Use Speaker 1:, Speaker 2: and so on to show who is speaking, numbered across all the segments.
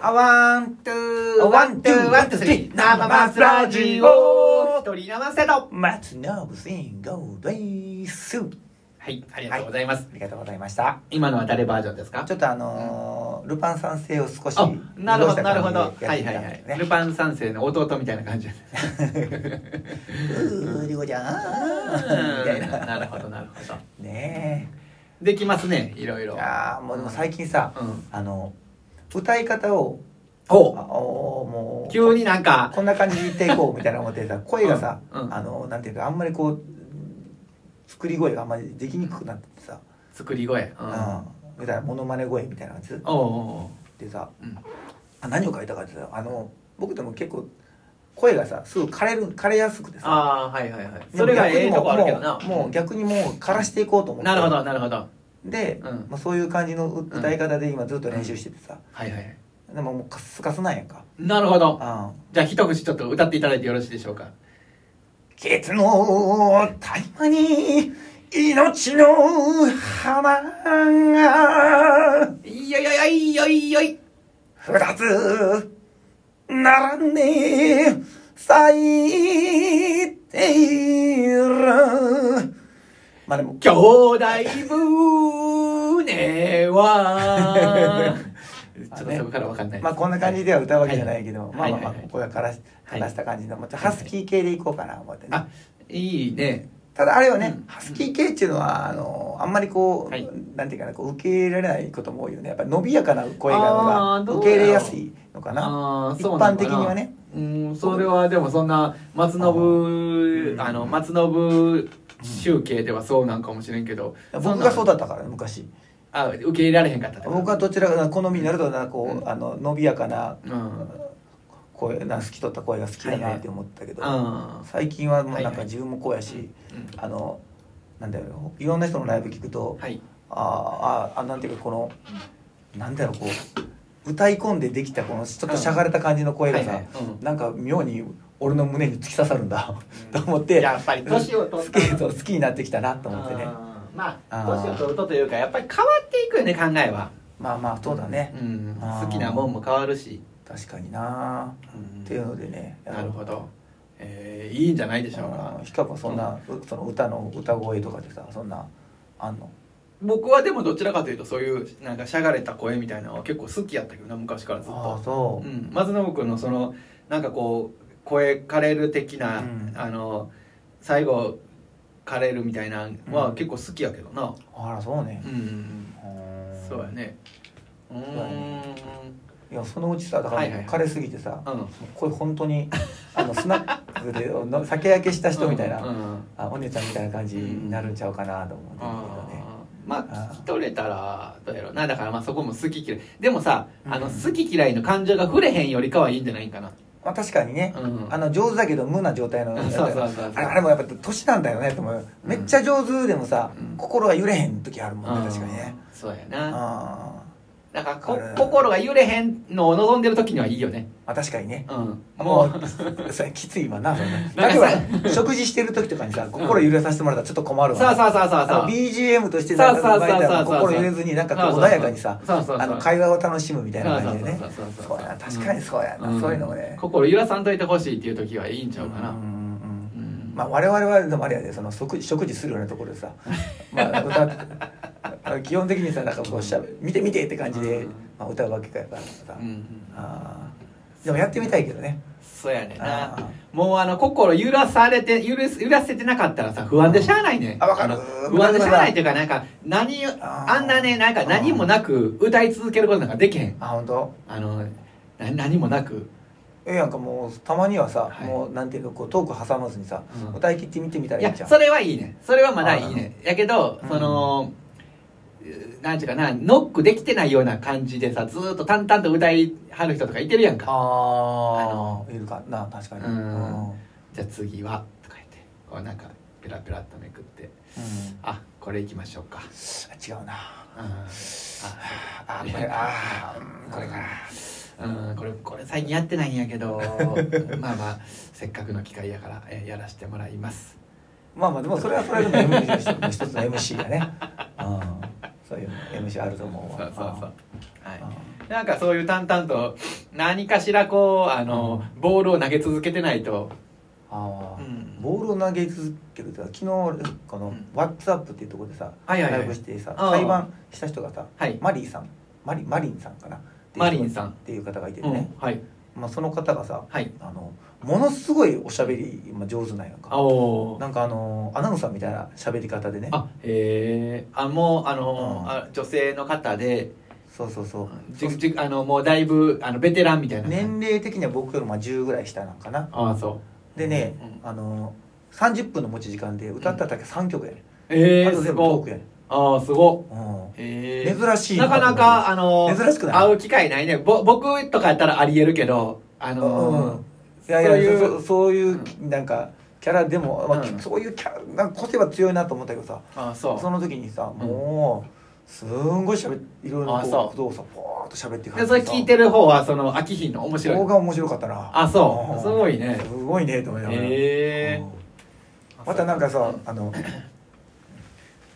Speaker 1: あワン、ツー、ワン、ツー、ワン、ツー、スリー、生マスラジオ一人生せと
Speaker 2: 松信慎吾です。
Speaker 1: はい、ありがとうございます。
Speaker 2: ありがとうございました。
Speaker 1: 今のは誰バージョンですか
Speaker 2: ちょっとあのールパン三世を少し
Speaker 1: あ、なるほど、
Speaker 2: 利用
Speaker 1: な
Speaker 2: した
Speaker 1: るほど
Speaker 2: 感。じで
Speaker 1: は
Speaker 2: やってみたんです
Speaker 1: いはいはい
Speaker 2: ね。
Speaker 1: ルパン三世の弟みたいな感じです。
Speaker 2: うー、リゴちゃんみたいな。
Speaker 1: なるほど、なるほど。
Speaker 2: ね
Speaker 1: できますね、いろい
Speaker 2: え。
Speaker 1: ろ。
Speaker 2: ああ、もうでも最近さ、
Speaker 1: うん。
Speaker 2: あの、歌い方を、あ
Speaker 1: お
Speaker 2: おーもう、
Speaker 1: 急になんか、
Speaker 2: こんな感じで言っていこうみたいな思ってさ、声がさ、
Speaker 1: うんうん
Speaker 2: あの、なんていうか、あんまりこう、作り声があんまりできにくくなっててさ、
Speaker 1: 作り声。う。
Speaker 2: うんん。みたいな、モノマネ声みたいな感じ
Speaker 1: おうお
Speaker 2: でさ、
Speaker 1: うおう。うん。
Speaker 2: あ何を書いたかってさあの僕でも結構声がさすぐ枯れる枯れやすくてさ
Speaker 1: ああ、はいはいはい。
Speaker 2: でも
Speaker 1: それが
Speaker 2: 逆
Speaker 1: え
Speaker 2: に
Speaker 1: え
Speaker 2: も
Speaker 1: とこあるけど
Speaker 2: も
Speaker 1: な。
Speaker 2: うもう逆にもう枯らしていこうと思って
Speaker 1: なるほど、なるほど。
Speaker 2: で、
Speaker 1: うん
Speaker 2: まあ、そういう感じの歌い方で今ずっと練習しててさ、
Speaker 1: はいはい。
Speaker 2: でももうカスカスなんやんか
Speaker 1: なるほど。
Speaker 2: あ
Speaker 1: じゃあ一口ちょっと歌っていただいてよろしいでしょうか。
Speaker 2: ケツの大麻に命の花が
Speaker 1: いやいやいやいやいやい
Speaker 2: 二つ並んで咲いている。まあでも、
Speaker 1: 兄弟船は ちょっとそこからわかんないです
Speaker 2: まあこんな感じでは歌うわけじゃないけど、
Speaker 1: はい
Speaker 2: まあまあまあ、
Speaker 1: はいはいはい
Speaker 2: ここがからし、
Speaker 1: はい
Speaker 2: からした感じの、もうちょっとハスキー系でいこうかな、思ってね。
Speaker 1: あいいね
Speaker 2: ただあれはね、
Speaker 1: うん
Speaker 2: ハスキー系っていうのは、あの、あんまりこう、
Speaker 1: はい
Speaker 2: なんていうかな、こう受け入れられないことも多いよね。やっぱり伸びやかな声が
Speaker 1: あー
Speaker 2: のが
Speaker 1: どう
Speaker 2: 受け入れやすいのかな。
Speaker 1: あー
Speaker 2: 一
Speaker 1: そうな
Speaker 2: 般
Speaker 1: のか
Speaker 2: 的
Speaker 1: な
Speaker 2: にはね。
Speaker 1: うんそれはでもそんな松信
Speaker 2: あ
Speaker 1: あの松信集計ではそうなんかもしれんけど
Speaker 2: 僕がそう
Speaker 1: だ
Speaker 2: だったから、昔。
Speaker 1: あ受け入れられへんかったってこと
Speaker 2: 僕はどちらか好みになるとなこう、
Speaker 1: う
Speaker 2: あの伸びやかな
Speaker 1: うん
Speaker 2: 声な好きとった声が好きだなって思ったけど、
Speaker 1: あー
Speaker 2: 最近はもうなん
Speaker 1: はいは
Speaker 2: か
Speaker 1: い
Speaker 2: 自分もこうやし、
Speaker 1: うん
Speaker 2: あのなんだろういろんな人のライブ聞くと、
Speaker 1: はい
Speaker 2: あーあーあなんていうかこのなんだろうこう歌い込んでできたこのちょっとしゃがれた感じの声がさ、
Speaker 1: はいはいうん
Speaker 2: なんか妙に俺の胸に突き刺さるんだと思って
Speaker 1: やっぱり年を取っ
Speaker 2: 好
Speaker 1: た
Speaker 2: きそう好きになってきたなと思ってね
Speaker 1: あーまあ
Speaker 2: あー
Speaker 1: 年を取るとというかやっぱり変わっていくよね考えは
Speaker 2: まあまあそうだね、
Speaker 1: うん
Speaker 2: あー
Speaker 1: 好きなもんも変わるし
Speaker 2: 確かにな
Speaker 1: うん
Speaker 2: っていうのでね
Speaker 1: なるほどえーいいんじゃないでしょうか
Speaker 2: あーヒカルもそんな、うその歌の歌声とかでさそんなあんの
Speaker 1: 僕はでもどちらかというとそういうなんかしゃがれた声みたいなのは結構好きやったけどな昔からずっ
Speaker 2: あ
Speaker 1: と
Speaker 2: そうう、
Speaker 1: ん松信君のそのなんかこう声枯れる的な、
Speaker 2: うん
Speaker 1: あの最後枯れるみたいなの
Speaker 2: う
Speaker 1: は
Speaker 2: ん
Speaker 1: 結構好きやけどな
Speaker 2: あらそうね
Speaker 1: う、ん
Speaker 2: ん
Speaker 1: そうやねうーん
Speaker 2: そうやいやそのうちさだか
Speaker 1: は
Speaker 2: ら
Speaker 1: いはいはい
Speaker 2: 枯れすぎてさ、
Speaker 1: うん
Speaker 2: これ本当にあのスナックでの酒焼けした人みたいな、
Speaker 1: うんうん
Speaker 2: あお姉ちゃんみたいな感じになるんちゃうかなと思うんだけどね、
Speaker 1: あーまあ
Speaker 2: あー
Speaker 1: 聞き取れたらどうやろうなだからまあそこも好き嫌いでもさ、あの
Speaker 2: うん
Speaker 1: 好き嫌いの感情が触れへんよりかはいいんじゃないんかな、
Speaker 2: まあ、確かにね、
Speaker 1: うん、
Speaker 2: あの上手だけど無な状態の
Speaker 1: そうそうそうそう
Speaker 2: あれあれもやっぱ年なんだよねと思うよめっちゃ上手でもさ、
Speaker 1: うん
Speaker 2: 心が揺れへん時あるもんね確かにね
Speaker 1: うんそうやな
Speaker 2: あー
Speaker 1: だからこ
Speaker 2: わかる
Speaker 1: 心が揺れへんのを望んでる時にはいいよね
Speaker 2: まあ確かにね
Speaker 1: うん
Speaker 2: も
Speaker 1: も
Speaker 2: う
Speaker 1: う
Speaker 2: それきついわなそれね
Speaker 1: なん
Speaker 2: 例
Speaker 1: か
Speaker 2: え
Speaker 1: さ
Speaker 2: ば食事してる時とかにさ心揺れさせてもらったらちょっと困るわ
Speaker 1: さあさあさあさあ
Speaker 2: あ
Speaker 1: さ
Speaker 2: の
Speaker 1: あ
Speaker 2: BGM としてなんか
Speaker 1: さあさあさあ
Speaker 2: 流れたら
Speaker 1: さあ
Speaker 2: 心揺れずになんかこう
Speaker 1: さあさあ
Speaker 2: 穏やかにさ
Speaker 1: さあさあさあ
Speaker 2: あの会話を楽しむみたいな感じでね
Speaker 1: さあさあさあさ
Speaker 2: そ
Speaker 1: あ
Speaker 2: う
Speaker 1: さあ
Speaker 2: やな確かにそうや
Speaker 1: う
Speaker 2: なんそういうのもね
Speaker 1: 心揺らさんといてほしいっていう時はいいんちゃうかな、
Speaker 2: うんうんうん
Speaker 1: うん
Speaker 2: まあ我々はでもあれやでその食食事するようなところで さまあ歌ってあの基本的にさなんかこうしゃべ見て見てって感じで
Speaker 1: うん
Speaker 2: まあ歌うわけかやからさ
Speaker 1: うん
Speaker 2: あーでもやってみたいけどね
Speaker 1: そうやねんな
Speaker 2: あー
Speaker 1: もうあの心揺らされて揺らす揺らせてなかったらさ不安でしゃあないねん
Speaker 2: あわかる
Speaker 1: の不安でしゃあないっていうかなんか何
Speaker 2: あー
Speaker 1: あんなねなんか何もなく歌い続けることなんかできへん
Speaker 2: あ本当
Speaker 1: あのな何もなく
Speaker 2: ええやんかもうたまにはさ、
Speaker 1: はい
Speaker 2: もうなんていうかこうトーク挟まずにさ、
Speaker 1: うん
Speaker 2: 歌い切って見てみたら
Speaker 1: い
Speaker 2: いい
Speaker 1: や
Speaker 2: じゃん
Speaker 1: それはいいねそれはまだいいねやけど
Speaker 2: うん
Speaker 1: その、なんていうかなノックできてないような感じでさずーっと淡々と歌いはる人とかいてるやんか
Speaker 2: あ
Speaker 1: あ
Speaker 2: の
Speaker 1: の
Speaker 2: いるかな確かに
Speaker 1: うん
Speaker 2: うん
Speaker 1: じゃあ次はとか言ってこうなんかペラペラっとめくってあこれいきましょうか
Speaker 2: 違うな
Speaker 1: うんあ
Speaker 2: あこれあーこれかな
Speaker 1: うんこれこれ最近やってないんや けどまあまあせっかくの機会やから、えーやらせてもらいます
Speaker 2: まあまあでもそれはそれでも MC の人の一つの MC がね、うん、そういう MC あると思うわ
Speaker 1: そうそうそうは
Speaker 2: うん
Speaker 1: いなんかそういう淡々と何かしらこうあのボールを投げ続けてないと、
Speaker 2: ああ、
Speaker 1: うん
Speaker 2: ボールを投げ続けるってさ昨日この
Speaker 1: うん
Speaker 2: WhatsApp っていうところでさ、
Speaker 1: はいはいはい
Speaker 2: ライブしてさ
Speaker 1: ああ
Speaker 2: 裁判した人がさ、
Speaker 1: はい
Speaker 2: マリーさんマリマリンさんかなっていう人
Speaker 1: マリンさん
Speaker 2: っていう方がいて
Speaker 1: うん
Speaker 2: ね、
Speaker 1: はい
Speaker 2: まあ、その方がさ
Speaker 1: はい
Speaker 2: あのものすごいおしゃべりまあ上手なんやん
Speaker 1: あ
Speaker 2: か
Speaker 1: おー
Speaker 2: なんかあのアナウンサーみたいな喋り方でね
Speaker 1: あへえあもうあの、
Speaker 2: うん
Speaker 1: あ女性の方で
Speaker 2: そうそうそう
Speaker 1: じじあのもうだいぶあのベテランみたいな
Speaker 2: 年齢的には僕よりまあ10ぐらい下なんかな
Speaker 1: ああそう
Speaker 2: でね、
Speaker 1: う
Speaker 2: あの30分の持ち時間で歌っただけ3曲やね、
Speaker 1: ええ
Speaker 2: あと
Speaker 1: す
Speaker 2: 全部トー
Speaker 1: ご
Speaker 2: ク
Speaker 1: い
Speaker 2: やね、
Speaker 1: ああすご
Speaker 2: うん
Speaker 1: いへえ
Speaker 2: 珍しい
Speaker 1: なかなかあの
Speaker 2: 珍しくない
Speaker 1: 会う機会ないねぼ僕とかやったらありえるけどあ
Speaker 2: うん
Speaker 1: の
Speaker 2: いやいや
Speaker 1: そう
Speaker 2: そう
Speaker 1: い
Speaker 2: いううそういうなんかキャラでも、まあ
Speaker 1: うん
Speaker 2: そういうキャラなんか個性は強いなと思ったけどさ
Speaker 1: ああそう
Speaker 2: その時にさ、
Speaker 1: ん
Speaker 2: もうすんごいしゃべいろいろ
Speaker 1: あ
Speaker 2: な
Speaker 1: そう
Speaker 2: ことをさポーっとしゃべって
Speaker 1: でそれ聞いてる方はその秋日の面白
Speaker 2: 動
Speaker 1: い
Speaker 2: 画面白かったな
Speaker 1: あそうんすごいね
Speaker 2: すごいねと思いながら、
Speaker 1: へえ
Speaker 2: うんまたなんかさあの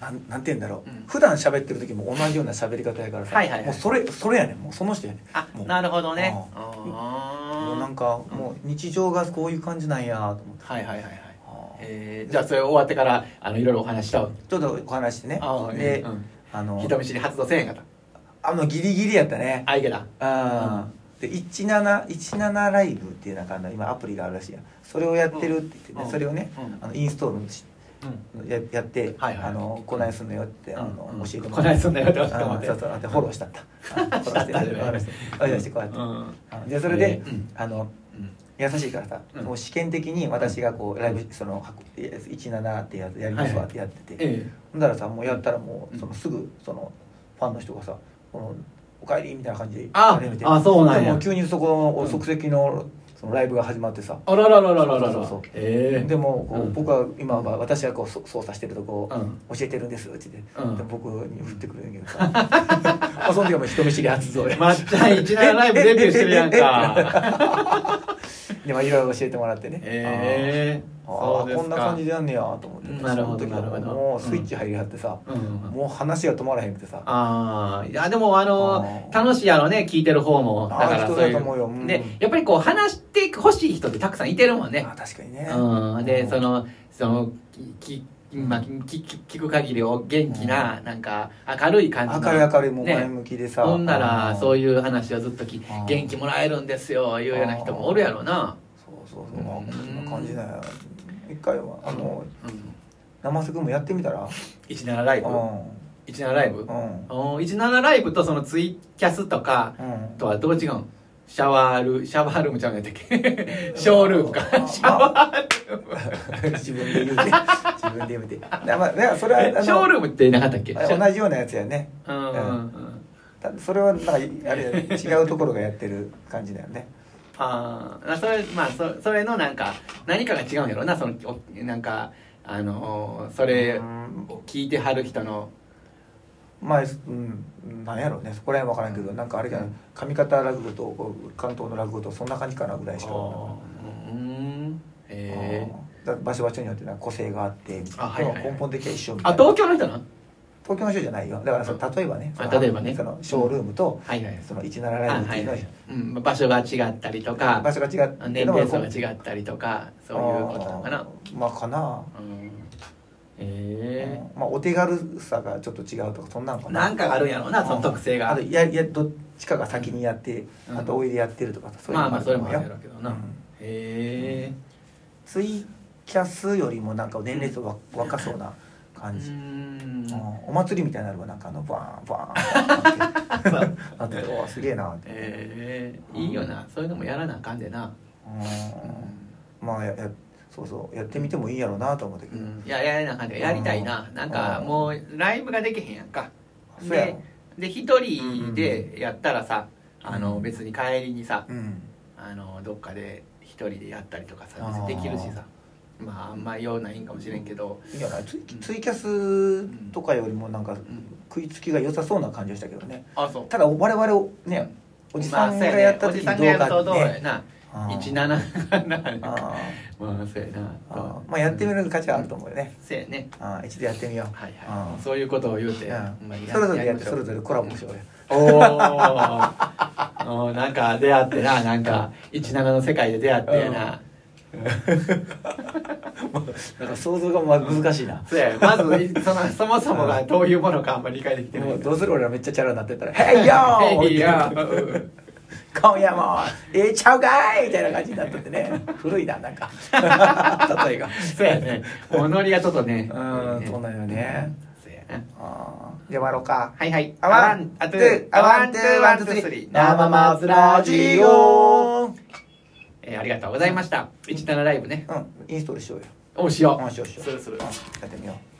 Speaker 2: なんなんて言うんだろう、普段喋ってる時も同じような喋り方やからさ、
Speaker 1: はいはいはい
Speaker 2: もうそれそれやねんもうその人やねん
Speaker 1: あ
Speaker 2: もう
Speaker 1: なるほどね
Speaker 2: うもうな
Speaker 1: あ
Speaker 2: んかもう日常がこういう感じなんやと思って
Speaker 1: あはいはいはいはい
Speaker 2: あー
Speaker 1: えーじゃあそれ終わってからあのいろいろお話ししたわ
Speaker 2: ちょっとお話してね
Speaker 1: ああ
Speaker 2: で、
Speaker 1: うん
Speaker 2: あの
Speaker 1: 人見知り発動せえへんかった
Speaker 2: あのギリギリやったね
Speaker 1: あいけだ
Speaker 2: あーで17 17ライブっていうなんかあの今アプリがあるらしいやんそれをやってるって言ってね、
Speaker 1: うん
Speaker 2: それをね、
Speaker 1: う
Speaker 2: あ
Speaker 1: ん
Speaker 2: のインストールしややって、
Speaker 1: はいはい
Speaker 2: あのこないすんのよって、あの教えても
Speaker 1: こな
Speaker 2: ら
Speaker 1: い
Speaker 2: って
Speaker 1: すんなよって
Speaker 2: あ
Speaker 1: 思って
Speaker 2: ーそうそうでフォローしたったあフォローして
Speaker 1: したったね
Speaker 2: わかりましたわかりましたこうやって、
Speaker 1: うん
Speaker 2: あのでそれで、
Speaker 1: えーうん
Speaker 2: あの
Speaker 1: うん
Speaker 2: 優しいからさ、
Speaker 1: うん
Speaker 2: もう試験的に私がこうライブその箱17ってやつやりますわってやってて、
Speaker 1: え
Speaker 2: ほんだらさもうやったらも
Speaker 1: う
Speaker 2: うんそのすぐそのファンの人がさ「このおかえり」みたいな感じで
Speaker 1: あ
Speaker 2: 始めて
Speaker 1: あそうなんや
Speaker 2: でも急にそこ
Speaker 1: うん
Speaker 2: の即席のそのライブが始まってさ、
Speaker 1: えあららららららら
Speaker 2: そうそうそう
Speaker 1: ええ
Speaker 2: でもこう、
Speaker 1: うん
Speaker 2: 僕は今は私がこうそ操作してるとこを
Speaker 1: うん
Speaker 2: 教えてるんですって言って、
Speaker 1: うん
Speaker 2: で僕に振ってくるんやけどさ まあその時はもう人見知り発動や
Speaker 1: まっちゃん一七ライブデビューしてるやんか
Speaker 2: でまあいろいろ 教えてもらってね、
Speaker 1: ええ
Speaker 2: あーあ
Speaker 1: そうで
Speaker 2: ー
Speaker 1: すか
Speaker 2: こんな感じでやんねやと思って、
Speaker 1: なるほど
Speaker 2: その時は
Speaker 1: なるほど
Speaker 2: もうスイッチ入りはってさ、
Speaker 1: うんうん
Speaker 2: もう話が止まらへんくてさ
Speaker 1: ああいやでもあの
Speaker 2: あー
Speaker 1: 楽しいやろね聞いてる方もだ
Speaker 2: あー
Speaker 1: からそうい
Speaker 2: 人だと思うよう
Speaker 1: うんでやっぱりこう話してほしい人ってたくさんいてるもんね
Speaker 2: あー確かにね、
Speaker 1: うんでそのそのききまあきき聞く限りを元気ななんか明るい感じの
Speaker 2: 明るい明るいもう
Speaker 1: ね
Speaker 2: 前向きでさ、
Speaker 1: ほんならそう
Speaker 2: いう
Speaker 1: いう話をずっとき
Speaker 2: あー
Speaker 1: 元気もらえるんですよいうような人もおるやろな
Speaker 2: そうそうそう、あ
Speaker 1: うん
Speaker 2: こんな感じだよ一回はあの
Speaker 1: うん
Speaker 2: 生瀬君もやってみたら
Speaker 1: 17ライ
Speaker 2: う
Speaker 1: ブ
Speaker 2: ん
Speaker 1: 17ライブ
Speaker 2: うん
Speaker 1: おー17ライブとそのツイキャスとか
Speaker 2: うん
Speaker 1: とはどう違うんシャワールシャワールームちゃうん やったっけショールームか シャワー
Speaker 2: 自分で言うて自分で言うてだまあだからそれは
Speaker 1: えショールームってなかったっけ
Speaker 2: あの同じようなやつやね
Speaker 1: うんうんうん
Speaker 2: たそれはなんかあれやね違うところがやってる感じだよね
Speaker 1: あーあそれまあそそれのなんか何かが違うんやろなそのおなんかあのーそれ
Speaker 2: うん
Speaker 1: を聞いてはる人の
Speaker 2: まあうんなんやろうねそこら辺分からんけどなんかあれじゃない上方落語とこう関東の落語とそんな感じかなぐらいしか
Speaker 1: あーうんへえ
Speaker 2: あーだ場所場所によってなんか個性があって
Speaker 1: あはいはいはい
Speaker 2: でも根本的には一緒みたい
Speaker 1: あ
Speaker 2: な
Speaker 1: 東京の人なの
Speaker 2: 東京の人じゃないよだからその例えばね
Speaker 1: あ
Speaker 2: その
Speaker 1: 例えばね
Speaker 2: そのショールームと、
Speaker 1: はいはい
Speaker 2: その17ライ
Speaker 1: あ
Speaker 2: ブって
Speaker 1: はいいう
Speaker 2: の
Speaker 1: は、
Speaker 2: はい
Speaker 1: うん、場所が違ったりとか
Speaker 2: 場所が違って
Speaker 1: 年齢層が
Speaker 2: う
Speaker 1: 違ったりとかそういうことなのかな
Speaker 2: まあかな、
Speaker 1: うんへ
Speaker 2: うんまあお手軽さがちょっと違うとかそんなんか
Speaker 1: え
Speaker 2: な
Speaker 1: なんかがあるんやろうなその特性
Speaker 2: あと
Speaker 1: が
Speaker 2: ややどっちかが先にやって、
Speaker 1: うん
Speaker 2: あとおいでやってるとかそういう
Speaker 1: まあまあそれもあ
Speaker 2: よ
Speaker 1: るやろうけどな
Speaker 2: うん
Speaker 1: へえ
Speaker 2: ツイキャスよりもなんか年齢層わ若そうな感じ、
Speaker 1: うん
Speaker 2: うんお祭りみたいになるわなんかあのバーンバ ーンバーンってあっておーすげえなって、
Speaker 1: ええいいよなそういうのもやらなあかんでな、
Speaker 2: うんまあややそうそうやってみてもいいやろうなと思ったけ
Speaker 1: う
Speaker 2: ど、
Speaker 1: ん、いややらなあかんでやりたいな
Speaker 2: うん
Speaker 1: なんか
Speaker 2: うん
Speaker 1: もうライブができへんやんか
Speaker 2: そうやろ
Speaker 1: でで一人でやったらさ、あの別に帰りにさ
Speaker 2: うん
Speaker 1: あのどっかで一人でやったりとかさ
Speaker 2: あー
Speaker 1: 別にできるしさまああんま用ないんかもしれんけど、
Speaker 2: いいよなツイツイキャスとかよりもなんか
Speaker 1: ん
Speaker 2: 食いつきが良さそうな感じがしたけどね
Speaker 1: あそう
Speaker 2: ただ我々をねおじさんがやった時に
Speaker 1: まあそう
Speaker 2: 動
Speaker 1: やねおじさんがやる
Speaker 2: 画
Speaker 1: とどう
Speaker 2: ね
Speaker 1: やな
Speaker 2: あー
Speaker 1: 17がななん
Speaker 2: あ
Speaker 1: か
Speaker 2: ー
Speaker 1: まあそうやな
Speaker 2: あーまあやってみる価値はあると思うよね
Speaker 1: そうやね
Speaker 2: あー一度やってみよう
Speaker 1: はい
Speaker 2: あ
Speaker 1: は
Speaker 2: ー
Speaker 1: いそういうことを言うて、
Speaker 2: うん
Speaker 1: まあ
Speaker 2: それぞれやって
Speaker 1: りましょ
Speaker 2: そうれぞれコラボしようよ
Speaker 1: おおうんなんか出会ってななんか一長の世界で出会ってやな、
Speaker 2: なんか想像がま難しいな
Speaker 1: そうやまずそのそもそもがどういうものかあんまり理解できて
Speaker 2: で
Speaker 1: ない
Speaker 2: も
Speaker 1: けど
Speaker 2: どうする俺らめっちゃチャラになってたら「ヘイヨー!」
Speaker 1: いや
Speaker 2: 今夜もええちゃうかいみたいな感じになっててね古いななん か 例えが
Speaker 1: そうやねもうノリがちょっとね
Speaker 2: うんそうなんよね
Speaker 1: そうやな
Speaker 2: あーじゃあ終わろうか
Speaker 1: はいはい
Speaker 2: あワン、あ
Speaker 1: あ
Speaker 2: ト
Speaker 1: と
Speaker 2: ゥー、あ
Speaker 1: あ
Speaker 2: ワ
Speaker 1: ワ
Speaker 2: ン、
Speaker 1: ン
Speaker 2: ト
Speaker 1: ト
Speaker 2: ゥ
Speaker 1: ゥ
Speaker 2: ー、
Speaker 1: ー
Speaker 2: ワ
Speaker 1: ワ
Speaker 2: ン、
Speaker 1: ン
Speaker 2: ト
Speaker 1: ト
Speaker 2: ゥ
Speaker 1: ゥ
Speaker 2: ー、
Speaker 1: ー
Speaker 2: ス
Speaker 1: ス
Speaker 2: リ
Speaker 1: リ
Speaker 2: ー
Speaker 1: ー。
Speaker 2: 生マズラジオ。
Speaker 1: えーありがとうございました17ライブね
Speaker 2: うん、インストールしようよ。
Speaker 1: おうしよ
Speaker 2: うん、
Speaker 1: う
Speaker 2: しようしよう。
Speaker 1: するする
Speaker 2: うんやってみよう。